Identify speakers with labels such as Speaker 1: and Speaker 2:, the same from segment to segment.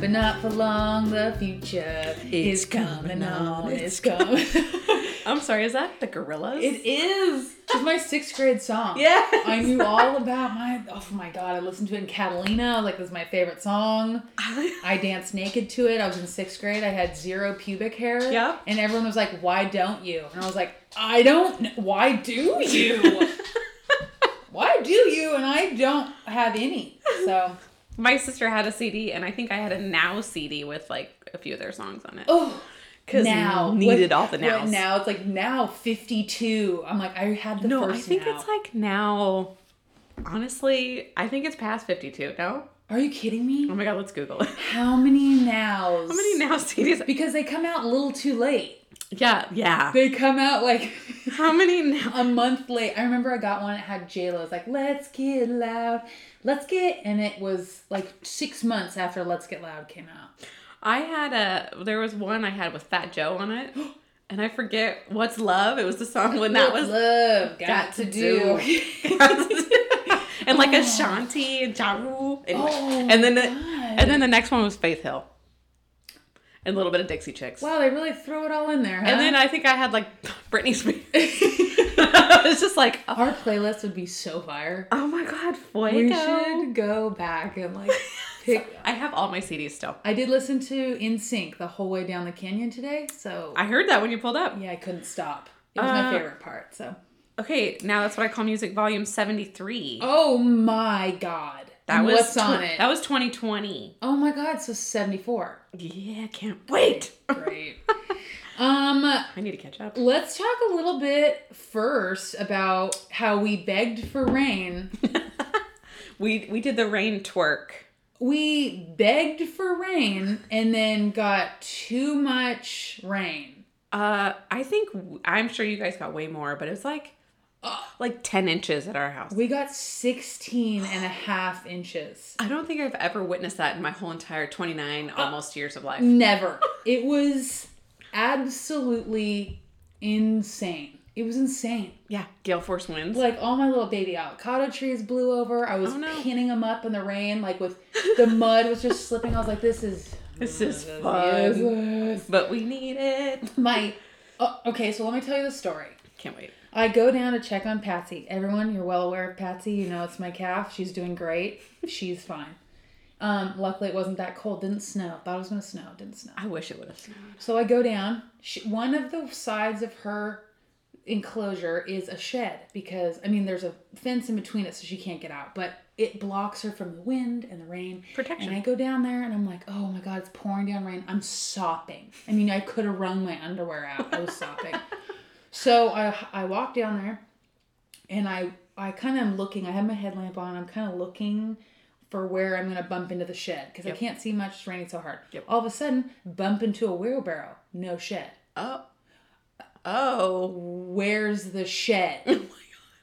Speaker 1: But not for long, the future is coming on. It's coming.
Speaker 2: I'm sorry, is that the gorillas?
Speaker 1: it is. It's my sixth grade song.
Speaker 2: Yeah.
Speaker 1: I knew all about my. Oh my god, I listened to it in Catalina. Like, this is my favorite song. I danced naked to it. I was in sixth grade. I had zero pubic hair.
Speaker 2: Yep.
Speaker 1: And everyone was like, why don't you? And I was like, I don't. kn- Why do you? why do you? And I don't have any. So,
Speaker 2: My sister had a CD, and I think I had a Now CD with like a few of their songs on it.
Speaker 1: oh.
Speaker 2: 'Cause
Speaker 1: now
Speaker 2: you needed
Speaker 1: What-
Speaker 2: all the
Speaker 1: what
Speaker 2: nows.
Speaker 1: Now it's like now fifty two. I'm like I had the
Speaker 2: no, I
Speaker 1: first
Speaker 2: think
Speaker 1: now.
Speaker 2: it's like now. Honestly, I think it's past 52. No?
Speaker 1: Are you kidding
Speaker 2: Oh
Speaker 1: me?
Speaker 2: my god, let's Google it.
Speaker 1: How many nows?
Speaker 2: How many Now CDs?
Speaker 1: Because they come out a little too late.
Speaker 2: Yeah, yeah.
Speaker 1: They come out like
Speaker 2: How many Now?
Speaker 1: a month late. I remember I got one. It had J Lo's like "Let's Get Loud," "Let's Get," and it was like six months after "Let's Get Loud" came out.
Speaker 2: I had a. There was one I had with Fat Joe on it, and I forget what's love. It was the song when that
Speaker 1: What's
Speaker 2: was
Speaker 1: love got, to, do.
Speaker 2: and like Ashanti and Ja Rule. And,
Speaker 1: Oh,
Speaker 2: and then the,
Speaker 1: my God.
Speaker 2: and then the next one was Faith Hill. And a little bit of Dixie Chicks.
Speaker 1: wow, they really throw it all in there. Huh?
Speaker 2: and then I think I had like Britney Spears. it's just like oh,
Speaker 1: our playlist would be so fire.
Speaker 2: oh my god, Fuego.
Speaker 1: We should go back and like pick.
Speaker 2: I have all my CDs still.
Speaker 1: I did listen to In Sync the whole way down the canyon today, so
Speaker 2: I heard that when you pulled up.
Speaker 1: yeah, I couldn't stop. It was
Speaker 2: Uh,
Speaker 1: my favorite part. So
Speaker 2: Okay, now that's what I call music volume 73.
Speaker 1: oh my god,
Speaker 2: that
Speaker 1: And
Speaker 2: was
Speaker 1: what's on
Speaker 2: tw-
Speaker 1: it.
Speaker 2: That was 2020.
Speaker 1: oh my god, so seventy four.
Speaker 2: Yeah, can't wait.
Speaker 1: Great. um,
Speaker 2: I need to catch up.
Speaker 1: let's talk a little bit first about how we begged for rain.
Speaker 2: We we did the rain twerk.
Speaker 1: We begged for rain and then got too much rain.
Speaker 2: Uh, I think I'm sure you guys got way more, but it was like like 10 inches at our house.
Speaker 1: We got 16 and a half inches.
Speaker 2: I don't think I've ever witnessed that in my whole entire 29 almost years of life.
Speaker 1: Never. It was absolutely insane. It was insane.
Speaker 2: Yeah, gale force winds.
Speaker 1: Like all my little baby avocado trees blew over. I was
Speaker 2: Oh, no.
Speaker 1: pinning them up in the rain, like with the mud was just slipping. I was like, "This is
Speaker 2: This is fun,
Speaker 1: Yes.
Speaker 2: but we need it.
Speaker 1: My oh, okay, so let me tell you the story.
Speaker 2: Can't wait.
Speaker 1: I go down to check on Patsy. Everyone, you're well aware of Patsy. You know it's my calf. She's doing great. She's fine. Um, luckily, it wasn't that cold. Didn't snow. Thought it was gonna snow. Didn't snow.
Speaker 2: I wish it would have snowed.
Speaker 1: So I go down. She, one of the sides of her enclosure is a shed because I mean there's a fence in between it, so she can't get out. But it blocks her from the wind and the rain.
Speaker 2: Protection.
Speaker 1: And I go down there and I'm like, oh my god, it's pouring down rain. I'm sopping. I mean, I could have wrung my underwear out. I was sopping. So I I walk down there, and I I kind of am looking. I have my headlamp on. I'm kind of looking for where I'm gonna bump into the shed because I can't see much. It's raining so hard.
Speaker 2: Yep.
Speaker 1: All of a sudden, bump into a wheelbarrow. No shed.
Speaker 2: Oh. Oh.
Speaker 1: Where's the shed?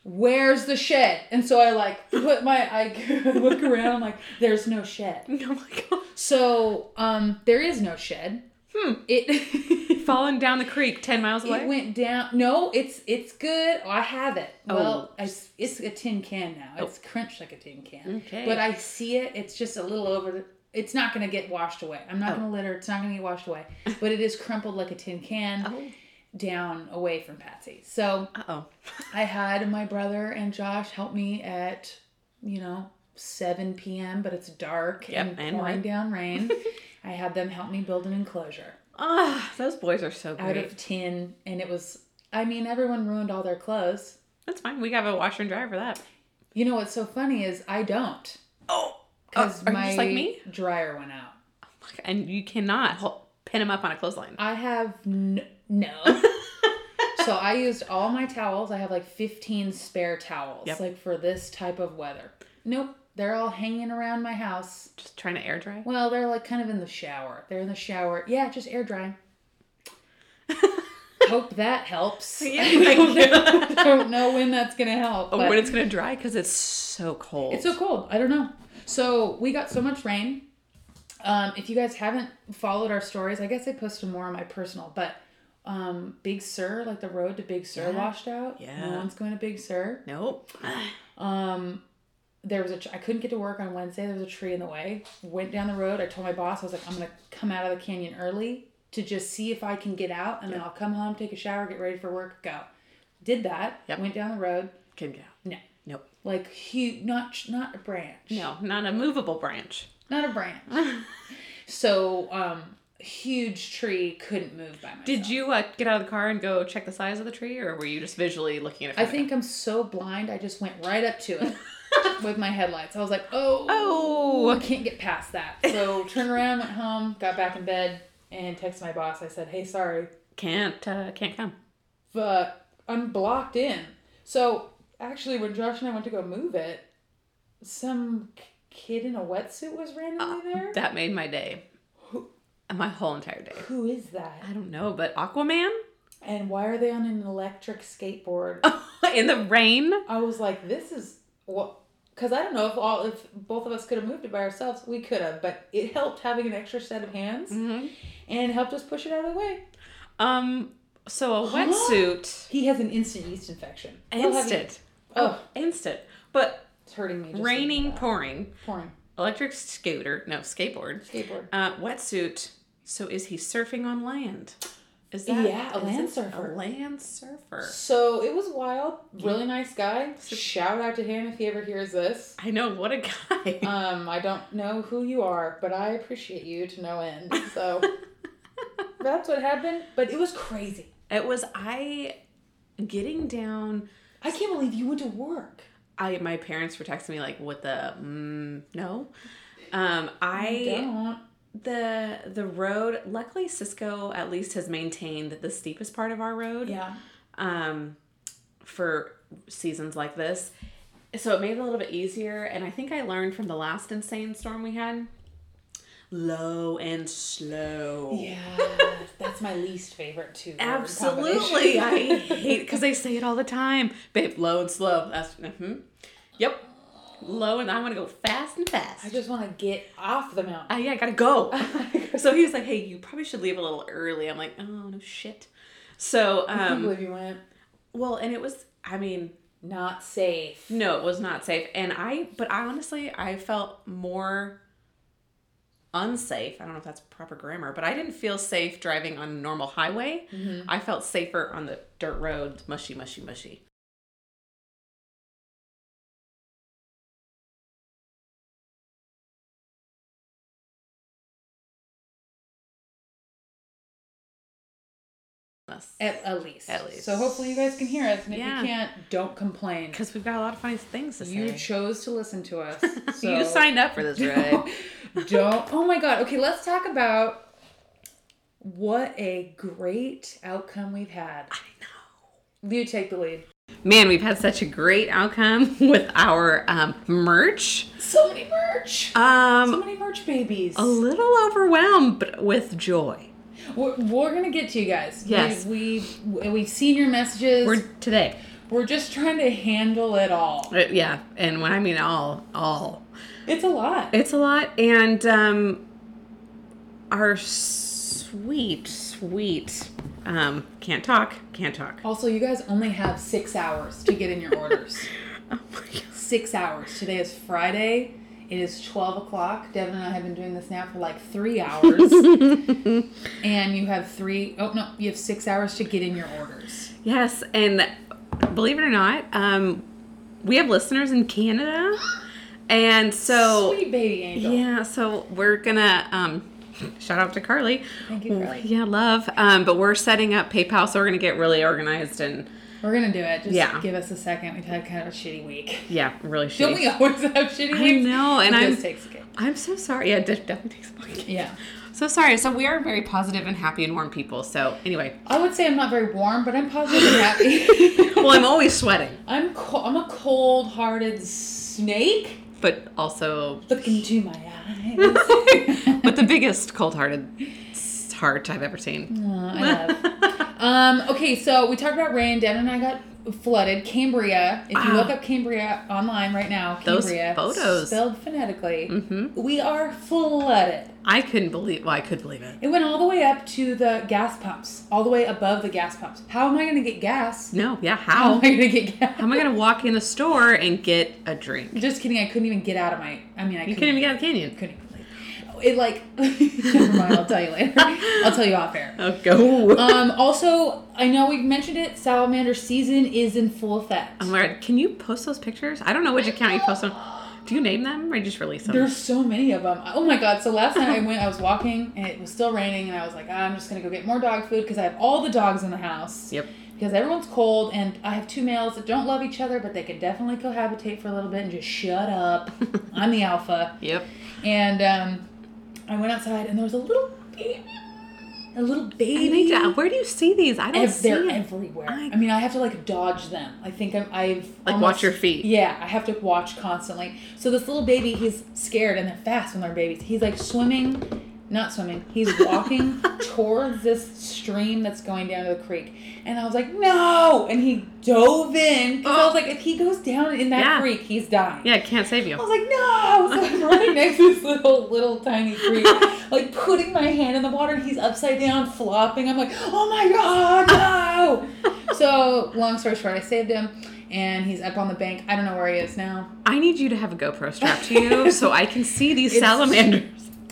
Speaker 1: Where's the shed? And so I like put my I look around. I'm like, there's no shed.
Speaker 2: Oh my god.
Speaker 1: So um, there is no shed.
Speaker 2: Hmm.
Speaker 1: It.
Speaker 2: Falling down the creek 10 miles away.
Speaker 1: It went down. No, it's it's good. I have it.
Speaker 2: Oh.
Speaker 1: Well, I, it's a tin can now. It's crunched like a tin can.
Speaker 2: Okay.
Speaker 1: But I see it. It's just a little over. The, it's not going to get washed away. I'm
Speaker 2: Oh.
Speaker 1: not going to litter. It's not going to get washed away. But it is crumpled like a tin can
Speaker 2: oh.
Speaker 1: down away from Patsy. So
Speaker 2: Uh-oh.
Speaker 1: I had my brother and Josh help me at, you know, 7 p.m., but it's dark
Speaker 2: Yep,
Speaker 1: and,
Speaker 2: and
Speaker 1: pouring
Speaker 2: rain.
Speaker 1: down rain. I had them help me build an enclosure
Speaker 2: Ah, those boys are so
Speaker 1: out
Speaker 2: great.
Speaker 1: of tin and it was i mean everyone ruined all their clothes
Speaker 2: That's fine. We have a washer and dryer for that.
Speaker 1: you know what's so funny is i don't
Speaker 2: Oh.
Speaker 1: because
Speaker 2: are you
Speaker 1: my
Speaker 2: just like me?
Speaker 1: dryer went out
Speaker 2: And you cannot hold, pin them up on a clothesline.
Speaker 1: i have n- no so i used all my towels i have like 15 spare towels
Speaker 2: Yep.
Speaker 1: like for this type of weather nope they're all hanging around my house
Speaker 2: Just trying to air dry.
Speaker 1: well they're like kind of in the shower they're in the shower yeah just air drying hope that helps
Speaker 2: Yeah,
Speaker 1: i
Speaker 2: thank you.
Speaker 1: don't know when that's gonna help
Speaker 2: Oh,
Speaker 1: but-
Speaker 2: when it's gonna dry because it's so cold.
Speaker 1: It's so cold. I don't know. So we got so much rain. Um, if you guys haven't followed our stories, I guess I posted more on my personal, but um, Big Sur, like the road to Big Sur, washed out.
Speaker 2: Yeah.
Speaker 1: No one's going to Big Sur.
Speaker 2: nope.
Speaker 1: Um, there was a tr- I couldn't get to work on Wednesday. There was a tree in the way. Went down the road. I told my boss I was like, I'm gonna come out of the canyon early to just see if I can get out, and then I'll come home, take a shower, get ready for work, go. Did that.
Speaker 2: Yep.
Speaker 1: Went down the road.
Speaker 2: Can go.
Speaker 1: No,
Speaker 2: Nope.
Speaker 1: like huge, not not a branch.
Speaker 2: No, not a movable branch.
Speaker 1: not a branch.
Speaker 2: Oh,
Speaker 1: so um, huge tree couldn't move by myself.
Speaker 2: Did you uh, get out of the car and go check the size of the tree, or were you just visually looking at it? from
Speaker 1: I
Speaker 2: the
Speaker 1: think I'm so blind. I just went right up to it with my headlights. I was like, oh,
Speaker 2: Oh.
Speaker 1: I can't get past that. So turned around, went home, got back in bed, and texted my boss. I said, hey, sorry,
Speaker 2: can't uh, can't come.
Speaker 1: but I'm blocked in. So actually, when Josh and I went to go move it, some k- kid in a wetsuit was randomly there.
Speaker 2: Uh, That made my day, my whole entire day.
Speaker 1: Who is that?
Speaker 2: I don't know, but Aquaman
Speaker 1: And why are they on an electric skateboard?
Speaker 2: in the rain.
Speaker 1: I was like, this is what. Because I don't know if all if both of us could have moved it by ourselves, we could have, but it helped having an extra set of hands
Speaker 2: Mm-hmm.
Speaker 1: and it helped us push it out of the way.
Speaker 2: Um, so a wetsuit,
Speaker 1: He has an instant yeast infection. He'll have-
Speaker 2: instant,
Speaker 1: Oh,
Speaker 2: instant. But
Speaker 1: it's hurting me. Just
Speaker 2: raining,
Speaker 1: thinking about
Speaker 2: pouring,
Speaker 1: it. pouring
Speaker 2: electric scooter, no skateboard,
Speaker 1: skateboard.
Speaker 2: uh, wetsuit. So is he surfing on land? Is that
Speaker 1: Yeah, a
Speaker 2: is
Speaker 1: land
Speaker 2: it
Speaker 1: surfer.
Speaker 2: A land surfer.
Speaker 1: So it was wild. Really nice guy. Shout out to him if he ever hears this.
Speaker 2: I know what a guy. Uh,
Speaker 1: Um, I don't know who you are, but I appreciate you to no end. So that's what happened. But it was crazy.
Speaker 2: It was I getting down.
Speaker 1: I can't believe you went to work.
Speaker 2: I my parents were texting me like, "What the mm, no?" Um, I
Speaker 1: Don't.
Speaker 2: the the road. Luckily, Cisco at least has maintained the steepest part of our road.
Speaker 1: Yeah.
Speaker 2: um, for seasons like this. So it made it a little bit easier. And I think I learned from the last insane storm we had low and slow.
Speaker 1: Yeah. that's my least favorite too. word
Speaker 2: Absolutely. I
Speaker 1: combination.
Speaker 2: hate because they say it all the time. Babe, low and slow. That's, hmm Yep. Low and I want to go fast and fast.
Speaker 1: I just want to get off the mountain.
Speaker 2: Uh, yeah, I gotta go. so he was like, hey, you probably should leave a little early. I'm like, oh, no shit. So,
Speaker 1: I can't
Speaker 2: um,
Speaker 1: believe you went.
Speaker 2: well, and it was, I mean,
Speaker 1: Not safe.
Speaker 2: No, it was not safe. And I, but I honestly, I felt more unsafe. I don't know if that's proper grammar, but I didn't feel safe driving on a normal highway.
Speaker 1: Mm-hmm.
Speaker 2: I felt safer on the dirt roads, mushy, mushy, mushy.
Speaker 1: At, at least.
Speaker 2: At least.
Speaker 1: So hopefully you guys can hear us. And if
Speaker 2: Yeah.
Speaker 1: you can't, don't complain.
Speaker 2: Because we've got a lot of funny things to say.
Speaker 1: You chose to listen to us. So
Speaker 2: you signed up for this, right?
Speaker 1: don't. Oh my God. Okay, let's talk about what a great outcome we've had. I know. You take the lead.
Speaker 2: Man, we've had such a great outcome with our um, merch.
Speaker 1: So many merch. so
Speaker 2: Um,
Speaker 1: many merch babies.
Speaker 2: a little overwhelmed, but with joy.
Speaker 1: We're, we're gonna get to you guys.
Speaker 2: Yes.
Speaker 1: we, we we've seen your messages.
Speaker 2: We're
Speaker 1: We're,
Speaker 2: today.
Speaker 1: just trying to handle it all.
Speaker 2: Uh, yeah, and when I mean all, all,
Speaker 1: It's a lot.
Speaker 2: it's a lot. And um, our sweet, sweet, um, can't talk, can't talk.
Speaker 1: Also, you guys only have six hours to get in your orders.
Speaker 2: Oh my gosh.
Speaker 1: six hours. Today is Friday. It is twelve o'clock. Devin and I have been doing this now for like three hours, and you have three oh no, you have six hours to get in your orders.
Speaker 2: Yes, and believe it or not, um, we have listeners in Canada, and so.
Speaker 1: Sweet baby angel.
Speaker 2: Yeah, so we're gonna um, shout out to Carly.
Speaker 1: Thank you, Carly.
Speaker 2: Yeah, love. Um, but we're setting up PayPal, so we're gonna get really organized and
Speaker 1: We're gonna do it. Just
Speaker 2: Yeah.
Speaker 1: give us a second. We've had kind of a shitty week.
Speaker 2: yeah, really.
Speaker 1: Don't
Speaker 2: Shitty.
Speaker 1: we always have shitty
Speaker 2: I
Speaker 1: weeks?
Speaker 2: know, and
Speaker 1: It
Speaker 2: I'm-
Speaker 1: just takes a kick.
Speaker 2: I'm so sorry. Yeah, it definitely takes a pocket.
Speaker 1: Yeah.
Speaker 2: So sorry. So we are very positive and happy and warm people. So anyway,
Speaker 1: I would say I'm not very warm, but I'm positive and happy.
Speaker 2: well, I'm always sweating,
Speaker 1: I'm co- I'm a cold-hearted snake.
Speaker 2: but also,
Speaker 1: Look into my Uh, eyes.
Speaker 2: but the biggest cold-hearted s- heart I've ever seen.
Speaker 1: Aw, I love. Um, okay, so we talked about rain. Dan and I got flooded Cambria. If you
Speaker 2: Ah.
Speaker 1: look up Cambria online right now,
Speaker 2: Those
Speaker 1: Cambria
Speaker 2: photos.
Speaker 1: spelled phonetically,
Speaker 2: Mm-hmm.
Speaker 1: we are flooded.
Speaker 2: I couldn't believe. Well, I could believe it.
Speaker 1: It went all the way up to the gas pumps, all the way above the gas pumps. How am I going to get gas?
Speaker 2: No, yeah.
Speaker 1: How
Speaker 2: How?
Speaker 1: am I going to get gas?
Speaker 2: How am I gonna walk in a store and get a drink?
Speaker 1: Just kidding. I couldn't even get out of my. I mean, I couldn't,
Speaker 2: You can't even get out of the canyon.
Speaker 1: Couldn't. even leave. It like. never mind. I'll tell you later. I'll tell you off air.
Speaker 2: Oh, go.
Speaker 1: Um, also, I know we've mentioned it. Salamander season is in full effect.
Speaker 2: oh my god, can you post those pictures? I don't know which account you post them. Do you name them or just release them?
Speaker 1: There's so many of them. Oh my god! So last night I went, I was walking, and it was still raining, and I was like, "Ah, I'm just gonna go get more dog food because I have all the dogs in the house.
Speaker 2: Yep.
Speaker 1: Because everyone's cold, and I have two males that don't love each other, but they could definitely cohabitate for a little bit and just shut up. I'm the alpha,
Speaker 2: Yep.
Speaker 1: and um, I went outside, and there was a little baby, a little
Speaker 2: I
Speaker 1: baby.
Speaker 2: need to, where do you see these? I don't
Speaker 1: Ev-
Speaker 2: see
Speaker 1: they're
Speaker 2: it.
Speaker 1: everywhere.
Speaker 2: I-
Speaker 1: I, mean, I have to like dodge them. I think I'm, I've
Speaker 2: Like watch
Speaker 1: almost-
Speaker 2: your feet.
Speaker 1: Yeah, I have to watch constantly. So this little baby, he's scared, and they're fast when they're babies. He's like swimming, not swimming. He's walking towards this stream that's going down to the creek, and I was like, no! And he dove in because I was like, if he goes down in that
Speaker 2: Oh. Yeah.
Speaker 1: creek, he's dying.
Speaker 2: Yeah, it can't save
Speaker 1: I
Speaker 2: you.
Speaker 1: was like, no! So I'm running next to this little, little tiny creek, like putting my hand in the water, and he's upside down, flopping. I'm like, oh my god, no! so, long story short, I saved him, and he's up on the bank. I don't know where he is now.
Speaker 2: I need you to have a GoPro strapped to you so I can see these salamanders.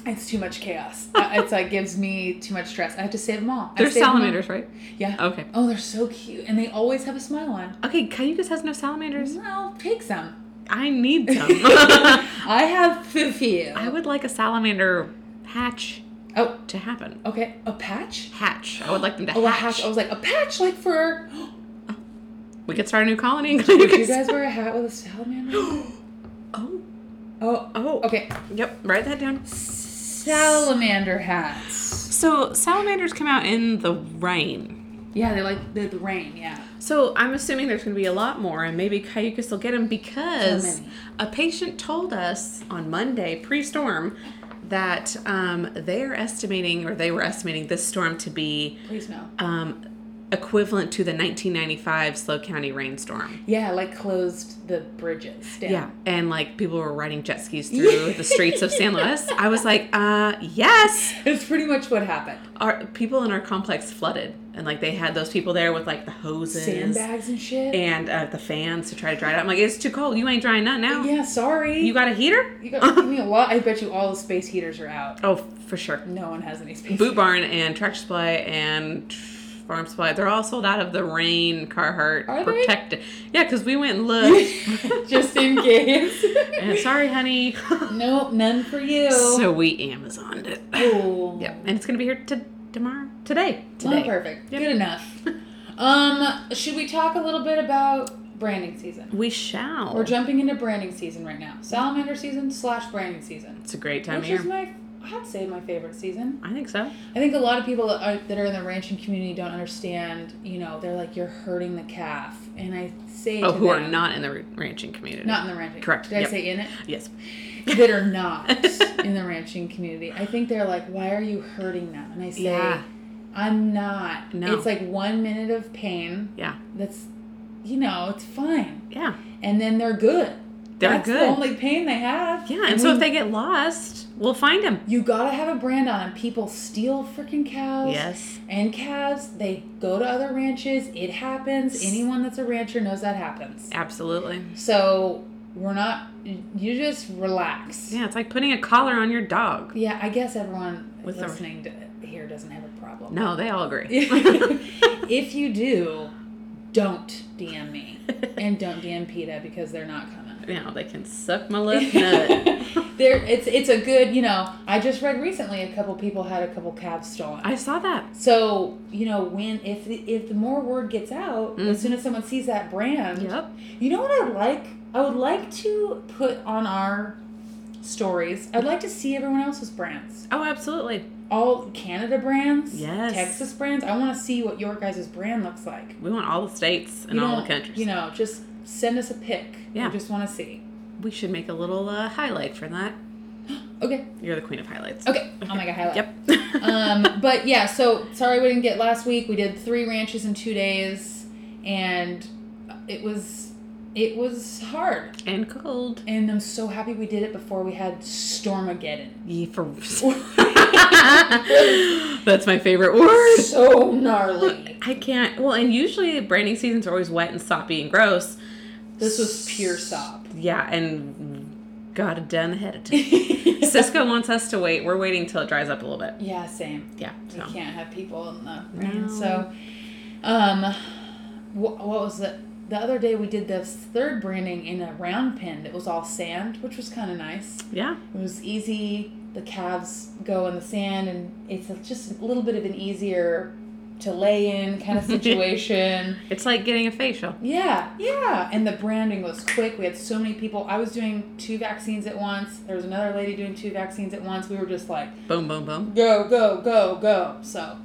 Speaker 1: It's too much chaos. Uh, it's like gives me too much stress. I have to save them all. I
Speaker 2: They're
Speaker 1: save them all.
Speaker 2: salamanders, right?
Speaker 1: Yeah.
Speaker 2: Okay.
Speaker 1: Oh, they're so cute, and they always have a smile on.
Speaker 2: Okay, Cayugas has no salamanders.
Speaker 1: Well, take some.
Speaker 2: I need some.
Speaker 1: I have a few.
Speaker 2: I would like a salamander hatch
Speaker 1: Oh,
Speaker 2: to happen.
Speaker 1: okay. A patch.
Speaker 2: Hatch. I would like them to
Speaker 1: Oh, a
Speaker 2: hatch.
Speaker 1: hatch. I was like, a patch, like for.
Speaker 2: We could start a new colony in
Speaker 1: Would you
Speaker 2: Cayugas.
Speaker 1: guys wear a hat with a salamander?
Speaker 2: Oh,
Speaker 1: Oh,
Speaker 2: oh.
Speaker 1: okay.
Speaker 2: Yep, write that down.
Speaker 1: Salamander hats.
Speaker 2: So salamanders come out in the rain.
Speaker 1: Yeah, they like the, the rain. Yeah.
Speaker 2: So I'm assuming there's going to be a lot more, and maybe Cayucas will get them because
Speaker 1: So many.
Speaker 2: a patient told us on Monday pre-storm that um, they are estimating, or they were estimating, this storm to be
Speaker 1: Please no.
Speaker 2: um, equivalent to the 1995 Slow County rainstorm.
Speaker 1: Yeah, like closed the bridges. Down.
Speaker 2: Yeah, and like people were riding jet skis through the streets of San Luis. I was like, uh, yes.
Speaker 1: It's pretty much what happened.
Speaker 2: our people in our complex flooded and like they had those people there with like the hoses
Speaker 1: Sandbags and shit.
Speaker 2: and uh, the fans to try to dry it out i'm like it's too cold you ain't drying that now
Speaker 1: yeah, sorry.
Speaker 2: you got a heater
Speaker 1: You got- I mean, a lot. I bet you all the space heaters are out.
Speaker 2: oh for sure
Speaker 1: No one has any space.
Speaker 2: boot barn and tractor supply and farm supply they're all sold out of the rain carhartt
Speaker 1: Are they?
Speaker 2: protected yeah because we went and looked
Speaker 1: Just in case.
Speaker 2: and sorry honey
Speaker 1: nope, none for you.
Speaker 2: so we amazoned it
Speaker 1: Ooh.
Speaker 2: yep and it's gonna be here to tomorrow today
Speaker 1: Well,
Speaker 2: today
Speaker 1: perfect. Good enough. Um, should we talk a little bit about branding season?
Speaker 2: we shall
Speaker 1: We're jumping into branding season right now. Salamander season slash branding season,
Speaker 2: it's a great time
Speaker 1: which
Speaker 2: of year
Speaker 1: is my, I'd say my favorite season.
Speaker 2: i think so
Speaker 1: I think a lot of people that are, that are in the ranching community don't understand. You know, they're like, "You're hurting the calf," and I say,
Speaker 2: Oh,
Speaker 1: to
Speaker 2: who are
Speaker 1: them-
Speaker 2: not in the ranching community.
Speaker 1: not in the ranching.
Speaker 2: Correct.
Speaker 1: Did
Speaker 2: Yep.
Speaker 1: I say in it?
Speaker 2: Yes.
Speaker 1: that are not in the ranching community. I think they're like, "Why are you hurting them?" And I say,
Speaker 2: Yeah.
Speaker 1: "I'm not."
Speaker 2: No.
Speaker 1: It's like one minute of pain.
Speaker 2: Yeah.
Speaker 1: That's, you know, it's fine,
Speaker 2: Yeah.
Speaker 1: and then they're good.
Speaker 2: They're
Speaker 1: That's
Speaker 2: good.
Speaker 1: The only pain they have.
Speaker 2: yeah. And, so
Speaker 1: we
Speaker 2: if they get lost, we'll find them.
Speaker 1: You gotta have a brand on. People steal freaking cows
Speaker 2: Yes.
Speaker 1: and calves. They go to other ranches. It happens. Anyone that's a rancher knows that happens.
Speaker 2: Absolutely.
Speaker 1: So we're not. You just relax.
Speaker 2: Yeah. It's like putting a collar on your dog.
Speaker 1: Yeah, I guess everyone
Speaker 2: With the-
Speaker 1: listening to here doesn't have a problem.
Speaker 2: No, they all agree.
Speaker 1: if you do, don't DM me and don't DM PETA because they're not coming.
Speaker 2: now they can suck my left nut.
Speaker 1: there, it's it's a good. You know, I just read recently a couple people had a couple calves stolen.
Speaker 2: I saw that.
Speaker 1: So you know when if the, if the more word gets out,
Speaker 2: Mhm.
Speaker 1: as soon as someone sees that brand,
Speaker 2: Yep.
Speaker 1: you know what I would like? I would like to put on our stories. I'd like to see everyone else's brands,
Speaker 2: Oh, absolutely.
Speaker 1: all Canada brands,
Speaker 2: Yes.
Speaker 1: Texas brands. I want to see what your guys' brand looks like.
Speaker 2: We want all the states and
Speaker 1: You
Speaker 2: all
Speaker 1: don't-
Speaker 2: the countries.
Speaker 1: You know, just send us a pic.
Speaker 2: Yeah.
Speaker 1: we just want to see.
Speaker 2: we should make a little uh, highlight for that.
Speaker 1: Okay,
Speaker 2: You're the queen of highlights.
Speaker 1: okay. Oh my god, highlight.
Speaker 2: Yep.
Speaker 1: um, but yeah, so sorry we didn't get last week. We did three ranches in two days, and it was it was hard.
Speaker 2: And cold.
Speaker 1: And I'm so happy we did it before we had Stormageddon.
Speaker 2: Yeah, for... That's my favorite word.
Speaker 1: So gnarly.
Speaker 2: I can't. Well, and usually branding seasons are always wet and soppy and gross.
Speaker 1: This was pure sob.
Speaker 2: Yeah, and got it done ahead of time. Cisco wants us to wait. We're waiting till it dries up a little bit.
Speaker 1: yeah, same.
Speaker 2: Yeah.
Speaker 1: We
Speaker 2: So.
Speaker 1: can't have people in the rain.
Speaker 2: No.
Speaker 1: So, um, what, what was the the other day we did this third branding in a round pen that was all sand, which was kind of nice.
Speaker 2: Yeah.
Speaker 1: It was easy. The calves go in the sand, and it's a- just a little bit of an easier to lay in kind of situation.
Speaker 2: It's like getting a facial.
Speaker 1: yeah, yeah. And the branding was quick. We had so many people. I was doing two vaccines at once. There was another lady doing two vaccines at once. We were just like
Speaker 2: Boom, boom, boom.
Speaker 1: go go go go so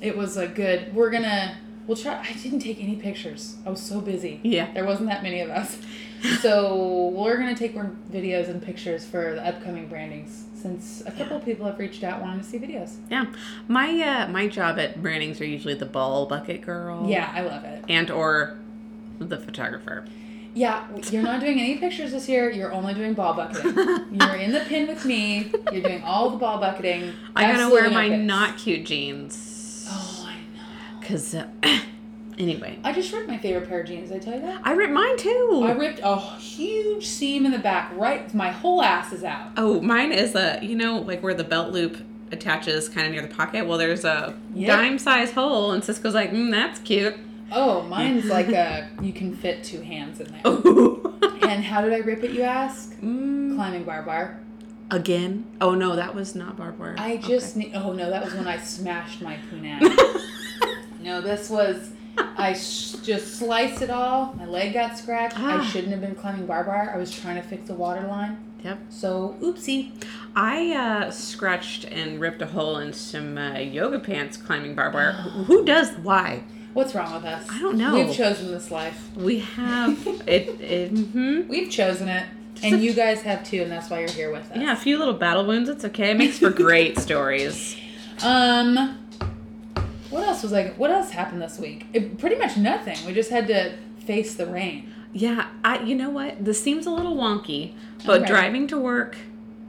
Speaker 1: it was a good we're gonna we'll try i didn't take any pictures i was so busy
Speaker 2: Yeah.
Speaker 1: there wasn't that many of us so we're gonna take more videos and pictures for the upcoming brandings since a couple people have reached out wanting to see videos
Speaker 2: Yeah. My uh, my job at brandings are usually the ball bucket girl.
Speaker 1: yeah i love it
Speaker 2: And or the photographer.
Speaker 1: yeah you're not doing any pictures this year you're only doing ball bucketing you're in the pin with me you're doing all the ball bucketing
Speaker 2: I gotta
Speaker 1: Absolutely
Speaker 2: wear
Speaker 1: no
Speaker 2: my
Speaker 1: pics.
Speaker 2: not cute jeans.
Speaker 1: oh i know
Speaker 2: Cause uh, anyway,
Speaker 1: i just ripped my favorite pair of jeans did i tell you that
Speaker 2: I ripped mine too.
Speaker 1: I ripped a huge seam in the back, right? My whole ass is out.
Speaker 2: Oh, mine is a you know like where the belt loop attaches kind of near the pocket. Well, there's a
Speaker 1: Yeah.
Speaker 2: dime size hole, and Cisco's like, mm, "That's cute."
Speaker 1: Oh, mine's like a, you can fit two hands in there.
Speaker 2: Oh,
Speaker 1: And how did I rip it, you ask?
Speaker 2: Mm,
Speaker 1: Climbing barbed wire.
Speaker 2: again? Oh no, that was not barbed wire.
Speaker 1: I
Speaker 2: Okay.
Speaker 1: just need, oh no, that was when I smashed my punani. no, this was, I sh- just sliced it all. My leg got scratched.
Speaker 2: Ah.
Speaker 1: I shouldn't have been climbing barbed wire. I was trying to fix the water line.
Speaker 2: yep.
Speaker 1: So, oopsie.
Speaker 2: I uh, scratched and ripped a hole in some uh, yoga pants climbing barbed wire. Who who does? Why?
Speaker 1: What's wrong with us?
Speaker 2: I don't know.
Speaker 1: We've chosen this life.
Speaker 2: We have it. it hmm
Speaker 1: We've chosen it. And you guys have too, and that's why you're here with us.
Speaker 2: Yeah, a few little battle wounds. It's okay. It makes for great stories.
Speaker 1: Um, what else was like? What else happened this week? It, pretty much nothing. We just had to face the rain.
Speaker 2: Yeah, I you know what? This seems a little wonky, but
Speaker 1: Okay.
Speaker 2: driving to work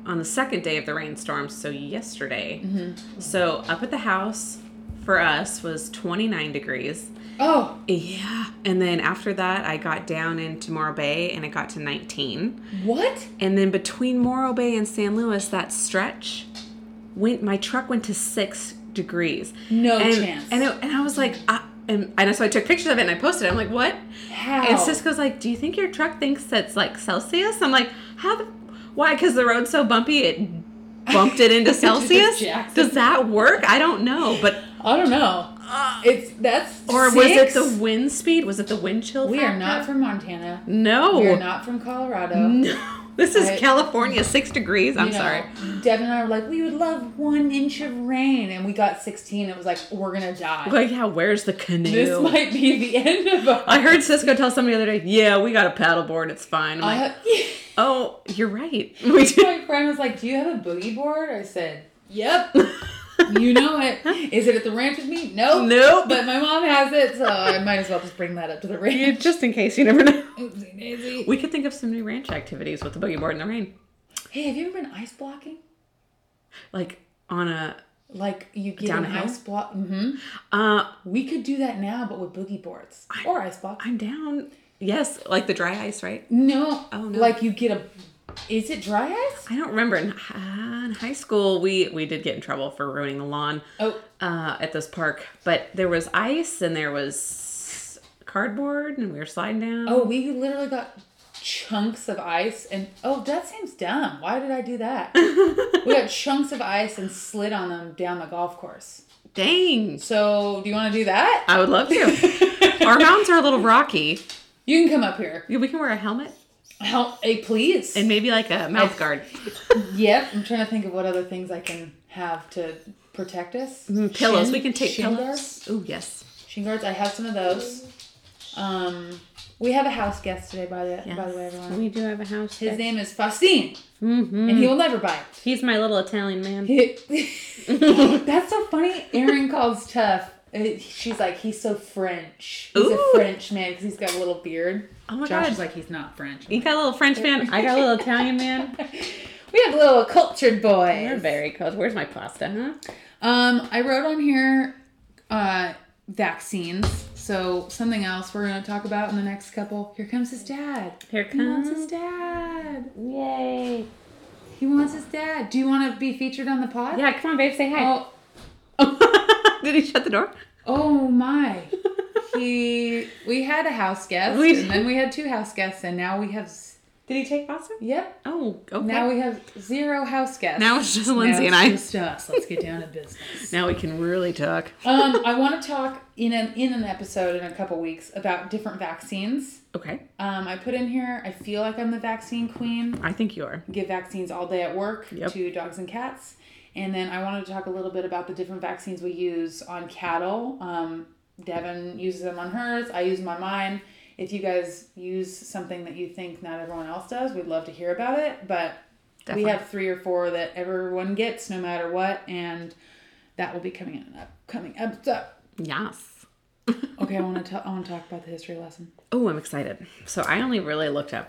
Speaker 2: on the second day of the rainstorm, so yesterday.
Speaker 1: Mm-hmm.
Speaker 2: So up at the house for us was 29 degrees.
Speaker 1: Oh,
Speaker 2: Yeah. And then after that, I got down into Morro Bay and it got to 19.
Speaker 1: what?
Speaker 2: And then between Morro Bay and San Luis, that stretch went my truck went to 6 degrees.
Speaker 1: No
Speaker 2: and,
Speaker 1: chance.
Speaker 2: And, it, and I was like, I, and, and so I took pictures of it and I posted it. I'm like, what?
Speaker 1: How?
Speaker 2: And Cisco's like, "Do you think your truck thinks that's like Celsius?" I'm like, "How? The, why? Because the road's so bumpy, it bumped it into Celsius.
Speaker 1: Jackson.
Speaker 2: Does that work? I don't know, but
Speaker 1: I don't know. It's that's
Speaker 2: Uh, or
Speaker 1: six?
Speaker 2: was it the wind speed? Was it the wind chill?
Speaker 1: We are
Speaker 2: factor?
Speaker 1: not from Montana.
Speaker 2: No,
Speaker 1: We are not from Colorado.
Speaker 2: no. This is
Speaker 1: I-
Speaker 2: California, six degrees. I'm
Speaker 1: You know,
Speaker 2: sorry.
Speaker 1: Devin and I were like, we would love one inch of rain, and we got sixteen. It was like we're gonna die.
Speaker 2: Like, yeah, where's the canoe?
Speaker 1: this might be the end of us.
Speaker 2: I heard Cisco tell somebody the other day, "Yeah, we got a paddleboard. It's fine." I'm like,
Speaker 1: I-
Speaker 2: "Oh, you're right. We do."
Speaker 1: my friend was like, "Do you have a boogie board?" I said, "Yep." you know it. Is it at the ranch with me? No,
Speaker 2: Nope.
Speaker 1: But my mom has it, so I might as well just bring that up to the
Speaker 2: You-
Speaker 1: ranch.
Speaker 2: Just in case, you never know.
Speaker 1: Oopsie daisy.
Speaker 2: We could think of some new ranch activities with the boogie board in the rain.
Speaker 1: Hey, have you ever been ice blocking?
Speaker 2: like on a
Speaker 1: Like you get an
Speaker 2: Downhill?
Speaker 1: ice block. hmm
Speaker 2: uh
Speaker 1: We could do that now, but with boogie boards or ice block.
Speaker 2: i'm down yes like the dry ice right
Speaker 1: no.
Speaker 2: Oh, no.
Speaker 1: Like you get a. Is it dry ice?
Speaker 2: i don't remember in, uh, in high school we we did get in trouble for ruining the lawn
Speaker 1: Oh,
Speaker 2: uh at this park but there was ice and there was cardboard and we were sliding down
Speaker 1: oh, we literally got chunks of ice and oh, that seems dumb. Why did I do that? we got chunks of ice and slid on them down the golf course.
Speaker 2: dang
Speaker 1: So, do you want to do that?
Speaker 2: i would love to our mountains are a little rocky
Speaker 1: You can come up here.
Speaker 2: we can wear a helmet
Speaker 1: Help, a please.
Speaker 2: and maybe like a mouth guard
Speaker 1: yep, I'm trying to think of what other things I can have to protect us.
Speaker 2: Mm, pillows
Speaker 1: Shin-
Speaker 2: we can take
Speaker 1: shin
Speaker 2: pillows
Speaker 1: guards.
Speaker 2: oh yes
Speaker 1: Shin guards. I have some of those. Um, we have a house guest today, by the by the way, everyone.
Speaker 2: we do have a house
Speaker 1: His name is Faustine,
Speaker 2: hmm
Speaker 1: and he will never bite.
Speaker 2: he's my little italian man Oh
Speaker 1: That's so funny. Aaron calls Tough It- she's like, he's so French. He's
Speaker 2: Ooh.
Speaker 1: a French man because he's got a little beard.
Speaker 2: Oh my
Speaker 1: Josh
Speaker 2: god.
Speaker 1: is like, he's not French.
Speaker 2: you got a little French man. I got a little Italian man.
Speaker 1: We have little cultured boys.
Speaker 2: You're very cold. Where's my pasta, huh?
Speaker 1: Um, I wrote on here uh, vaccines. So something else we're going to talk about in the next couple. Here comes his dad.
Speaker 2: Here
Speaker 1: He wants his
Speaker 2: comes.
Speaker 1: dad.
Speaker 2: Yay.
Speaker 1: He wants his dad. Do you want to be featured on the pod?
Speaker 2: Yeah, come on, babe. Say hi.
Speaker 1: Oh,
Speaker 2: Did he shut the door?
Speaker 1: oh my. he. We had a house guest,
Speaker 2: We-
Speaker 1: and then we had two house guests, and now we have. s-
Speaker 2: Did he take pasta?
Speaker 1: Yep.
Speaker 2: Oh, okay.
Speaker 1: Now we have zero house guests.
Speaker 2: Now it's just Lindsay
Speaker 1: Now
Speaker 2: and
Speaker 1: it's
Speaker 2: I.
Speaker 1: Just us. Let's get down to business.
Speaker 2: Now we can really talk.
Speaker 1: um, I want to talk in an in an episode in a couple weeks about different vaccines.
Speaker 2: Okay.
Speaker 1: Um, I put in here. I feel like I'm the vaccine queen.
Speaker 2: I think you are.
Speaker 1: Give vaccines all day at work
Speaker 2: Yep.
Speaker 1: to dogs and cats, and then I wanted to talk a little bit about the different vaccines we use on cattle. Um, Devin uses them on hers. I use them on mine. If you guys use something that you think not everyone else does, we'd love to hear about it. But we
Speaker 2: Definitely.
Speaker 1: have three or four that everyone gets no matter what, and that will be coming in an upcoming episode.
Speaker 2: Yes.
Speaker 1: Okay, I want to tell. I want to talk about the history lesson.
Speaker 2: Oh, I'm excited. So I only really looked up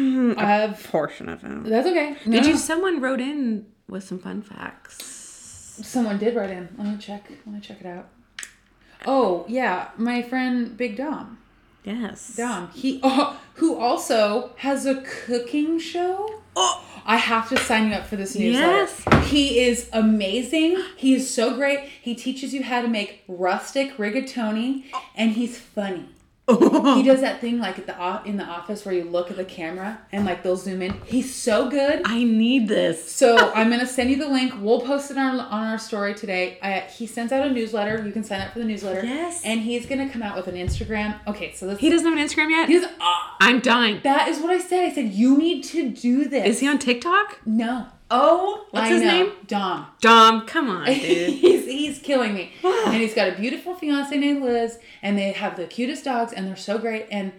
Speaker 1: Of
Speaker 2: portion of Oh. it.
Speaker 1: that's okay. No,
Speaker 2: Mm, Did
Speaker 1: no.
Speaker 2: you? Someone wrote in with some fun facts.
Speaker 1: Someone did write in. Let me check. Let me check it out. Oh yeah, my friend Big Dom.
Speaker 2: Yes.
Speaker 1: Dom. He oh, who also has a cooking show.
Speaker 2: Oh.
Speaker 1: I have to sign you up for this newsletter.
Speaker 2: Yes.
Speaker 1: He is amazing. He is so great. He teaches you how to make rustic rigatoni, and he's funny. He does that thing like at the o- in the office where you look at the camera and like they'll zoom in. He's so good.
Speaker 2: I need this.
Speaker 1: So I'm gonna send you the link. We'll post it on, on our story today. I, he sends out a newsletter. You can sign up for the newsletter.
Speaker 2: Yes.
Speaker 1: And he's gonna come out with an Instagram. Okay, so this
Speaker 2: He doesn't have an Instagram yet.
Speaker 1: he's ah,
Speaker 2: I'm dying.
Speaker 1: that is what I said. I said you need to do this.
Speaker 2: Is he on TikTok?
Speaker 1: No.
Speaker 2: Oh, what's
Speaker 1: I
Speaker 2: his
Speaker 1: know.
Speaker 2: name?
Speaker 1: Dom.
Speaker 2: Dom. Come on, dude.
Speaker 1: he's he's killing me. and he's got a beautiful fiance named Liz, and they have the cutest dogs, and they're so great. And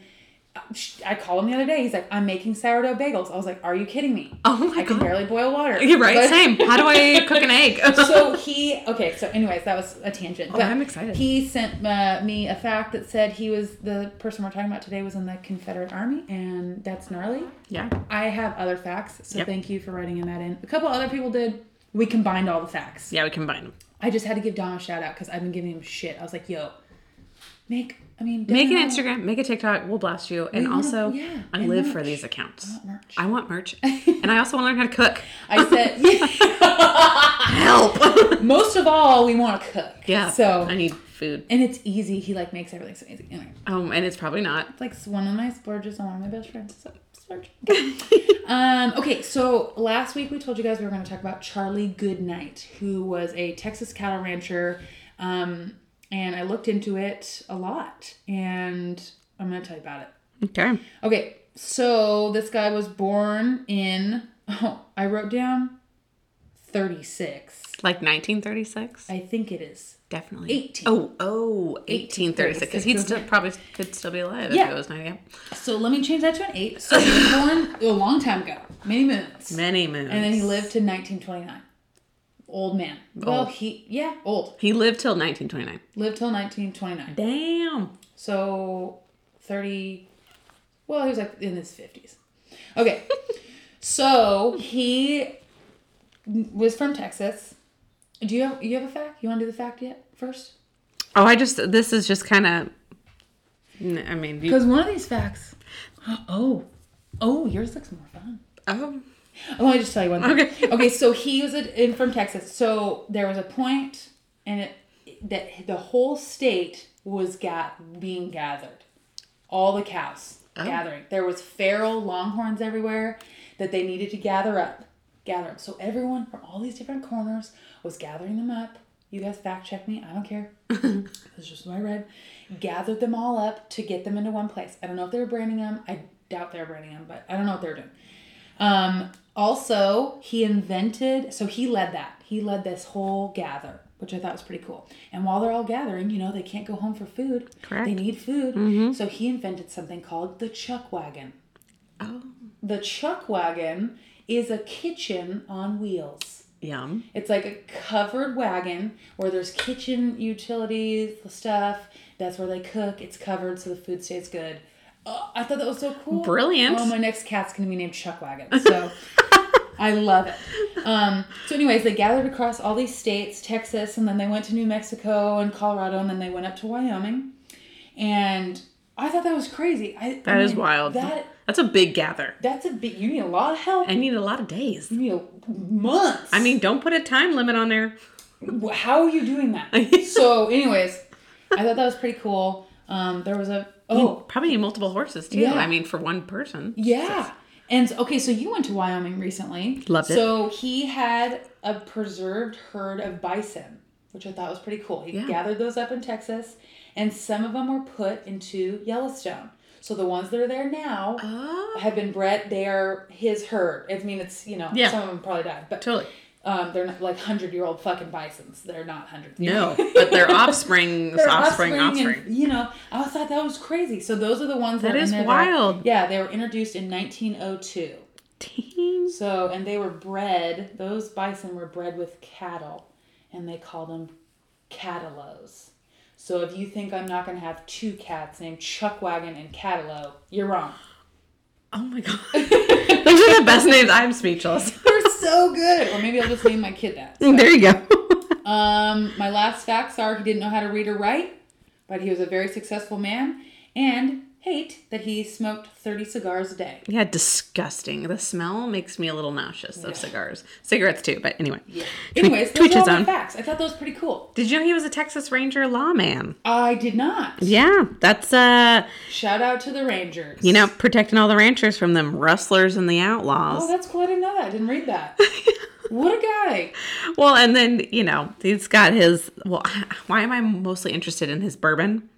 Speaker 1: sh- I called him the other day. He's like, "I'm making sourdough bagels." I was like, "Are you kidding me?
Speaker 2: Oh my
Speaker 1: I can
Speaker 2: God.
Speaker 1: barely boil water."
Speaker 2: You're right.
Speaker 1: But-
Speaker 2: Same. How do I cook an egg?
Speaker 1: so he okay so anyways that was a tangent but
Speaker 2: Oh, I'm excited.
Speaker 1: he sent uh, me a fact that said he was the person we're talking about today was in the confederate army and that's gnarly
Speaker 2: yeah.
Speaker 1: i have other facts so
Speaker 2: Yep.
Speaker 1: thank you for writing in that in a couple other people did we combined all the facts
Speaker 2: Yeah, we combine them.
Speaker 1: i just had to give dom a shout out because i've been giving him shit i was like yo make i mean
Speaker 2: Make
Speaker 1: Devin,
Speaker 2: an
Speaker 1: I
Speaker 2: Instagram, make a TikTok, we'll blast you. And
Speaker 1: wanna-
Speaker 2: also,
Speaker 1: yeah,
Speaker 2: I
Speaker 1: and
Speaker 2: live for
Speaker 1: merch. Oh.
Speaker 2: these accounts.
Speaker 1: want merch.
Speaker 2: I want merch. and I also want to learn how to cook.
Speaker 1: I said
Speaker 2: Help!
Speaker 1: most of all we want to cook
Speaker 2: yeah.
Speaker 1: so
Speaker 2: I need food.
Speaker 1: and it's easy he like makes everything so easy anyway
Speaker 2: Um, and it's probably not.
Speaker 1: like s- one of my splurges and one of my best friends. So splurge. Okay. um, okay, so last week we told you guys we were going to talk about Charlie Goodnight, who was a Texas cattle rancher. Um, and I looked into it a lot, and I'm going to tell you about it.
Speaker 2: Okay.
Speaker 1: Okay, so this guy was born in, oh, I wrote down 36.
Speaker 2: Like 1936?
Speaker 1: I think it is.
Speaker 2: Definitely.
Speaker 1: 18.
Speaker 2: Oh, oh, 1836. Because he'd
Speaker 1: 1836,
Speaker 2: still, probably could still be alive if
Speaker 1: Yeah.
Speaker 2: it was 90.
Speaker 1: So let me change that to an 8. So he was born a long time ago, many moons.
Speaker 2: Many moons.
Speaker 1: And then he lived to 1929. Old man. Well, he, yeah, old.
Speaker 2: He lived till 1929.
Speaker 1: Lived till 1929.
Speaker 2: Damn.
Speaker 1: So 30, well, he was like in his 50s. Okay. so he was from Texas. Do you have, you have a fact? You want to do the fact yet first?
Speaker 2: Oh, I just, this is just kind of, I mean, you,
Speaker 1: Because one of these facts, oh, oh, yours looks more fun.
Speaker 2: oh,
Speaker 1: Oh, I just tell you one thing.
Speaker 2: Okay.
Speaker 1: Okay. so he was a, in, from Texas. So there was a point, and it, that the whole state was got being gathered. All the cows gathering. There was feral longhorns everywhere that they needed to gather up. Gather up. So everyone from all these different corners was gathering them up. You guys fact check me. I don't care. That's just what I read. Gathered them all up to get them into one place. I don't know if they were branding them. I doubt they were branding them, but I don't know what they were doing. Um, also, he invented, so he led that. He led this whole gather, which I thought was pretty cool. And while they're all gathering, you know, they can't go home for food.
Speaker 2: Correct. Mm-hmm.
Speaker 1: They need food. So he invented something called the chuck wagon.
Speaker 2: oh,
Speaker 1: The chuck wagon is a kitchen on wheels.
Speaker 2: Yum.
Speaker 1: It's like a covered wagon where there's kitchen utilities stuff. That's where they cook. It's covered, so the food stays good. Oh, I thought that was so cool.
Speaker 2: Brilliant.
Speaker 1: Oh, my next cat's gonna be named Chuck Wagon. So I love it. Um, so, anyways, they gathered across all these states, Texas, and then they went to New Mexico and Colorado, and then they went up to Wyoming. And I thought that was crazy. I,
Speaker 2: That is wild.
Speaker 1: wild. That
Speaker 2: That's a big gather.
Speaker 1: that's a big. You need a lot of help.
Speaker 2: I need a lot of days.
Speaker 1: You need a- months.
Speaker 2: I mean, don't put a time limit on there.
Speaker 1: Wh- how are you doing that? so, anyways, I thought that was pretty cool. Um, there was a oh
Speaker 2: Probably need multiple horses too.
Speaker 1: Yeah.
Speaker 2: I mean, for one person.
Speaker 1: yeah, and so- okay, so you went to Wyoming recently.
Speaker 2: Loved it.
Speaker 1: So he had a preserved herd of bison, which I thought was pretty cool. He
Speaker 2: Yeah.
Speaker 1: gathered those up in Texas, and some of them were put into Yellowstone. So the ones that are there now
Speaker 2: Oh,
Speaker 1: have been bred. They are his herd. I mean, it's you know
Speaker 2: Yeah.
Speaker 1: some of them probably died, but
Speaker 2: totally.
Speaker 1: um, they're not like hundred year old fucking bisons. They're not hundred.
Speaker 2: No, but their offspring,
Speaker 1: their
Speaker 2: offspring, offspring.
Speaker 1: and, you know, I thought that was crazy. So those are the ones that, are
Speaker 2: That
Speaker 1: in
Speaker 2: is
Speaker 1: there
Speaker 2: wild.
Speaker 1: yeah, they were introduced in 1902.
Speaker 2: Teens.
Speaker 1: So and they were bred. Those bison were bred with cattle, and they called them cataloes. So if you think I'm not gonna have two cats named Chuckwagon and Catalo, you're wrong.
Speaker 2: Oh my god. Those are the best names. I'm speechless.
Speaker 1: They're so good. Or maybe I'll just name my kid that.
Speaker 2: there you go.
Speaker 1: Um, my last facts are he didn't know how to read or write, but he was a very successful man, and hate that he smoked 30 cigars a day.
Speaker 2: yeah, disgusting. The smell makes me a little nauseous of cigars. Cigarettes too, but anyway.
Speaker 1: Yeah. Anyways,
Speaker 2: Tweet
Speaker 1: those are all
Speaker 2: his
Speaker 1: my
Speaker 2: own.
Speaker 1: facts. I thought that was pretty cool.
Speaker 2: Did you know he was a Texas Ranger lawman?
Speaker 1: I did not.
Speaker 2: Yeah, that's uh
Speaker 1: Shout out to the Rangers.
Speaker 2: you know, protecting all the ranchers from them rustlers and the outlaws.
Speaker 1: Oh, that's cool. I didn't know that. I didn't read that. what a guy.
Speaker 2: Well, and then, you know, he's got his well, why am I mostly interested in his bourbon?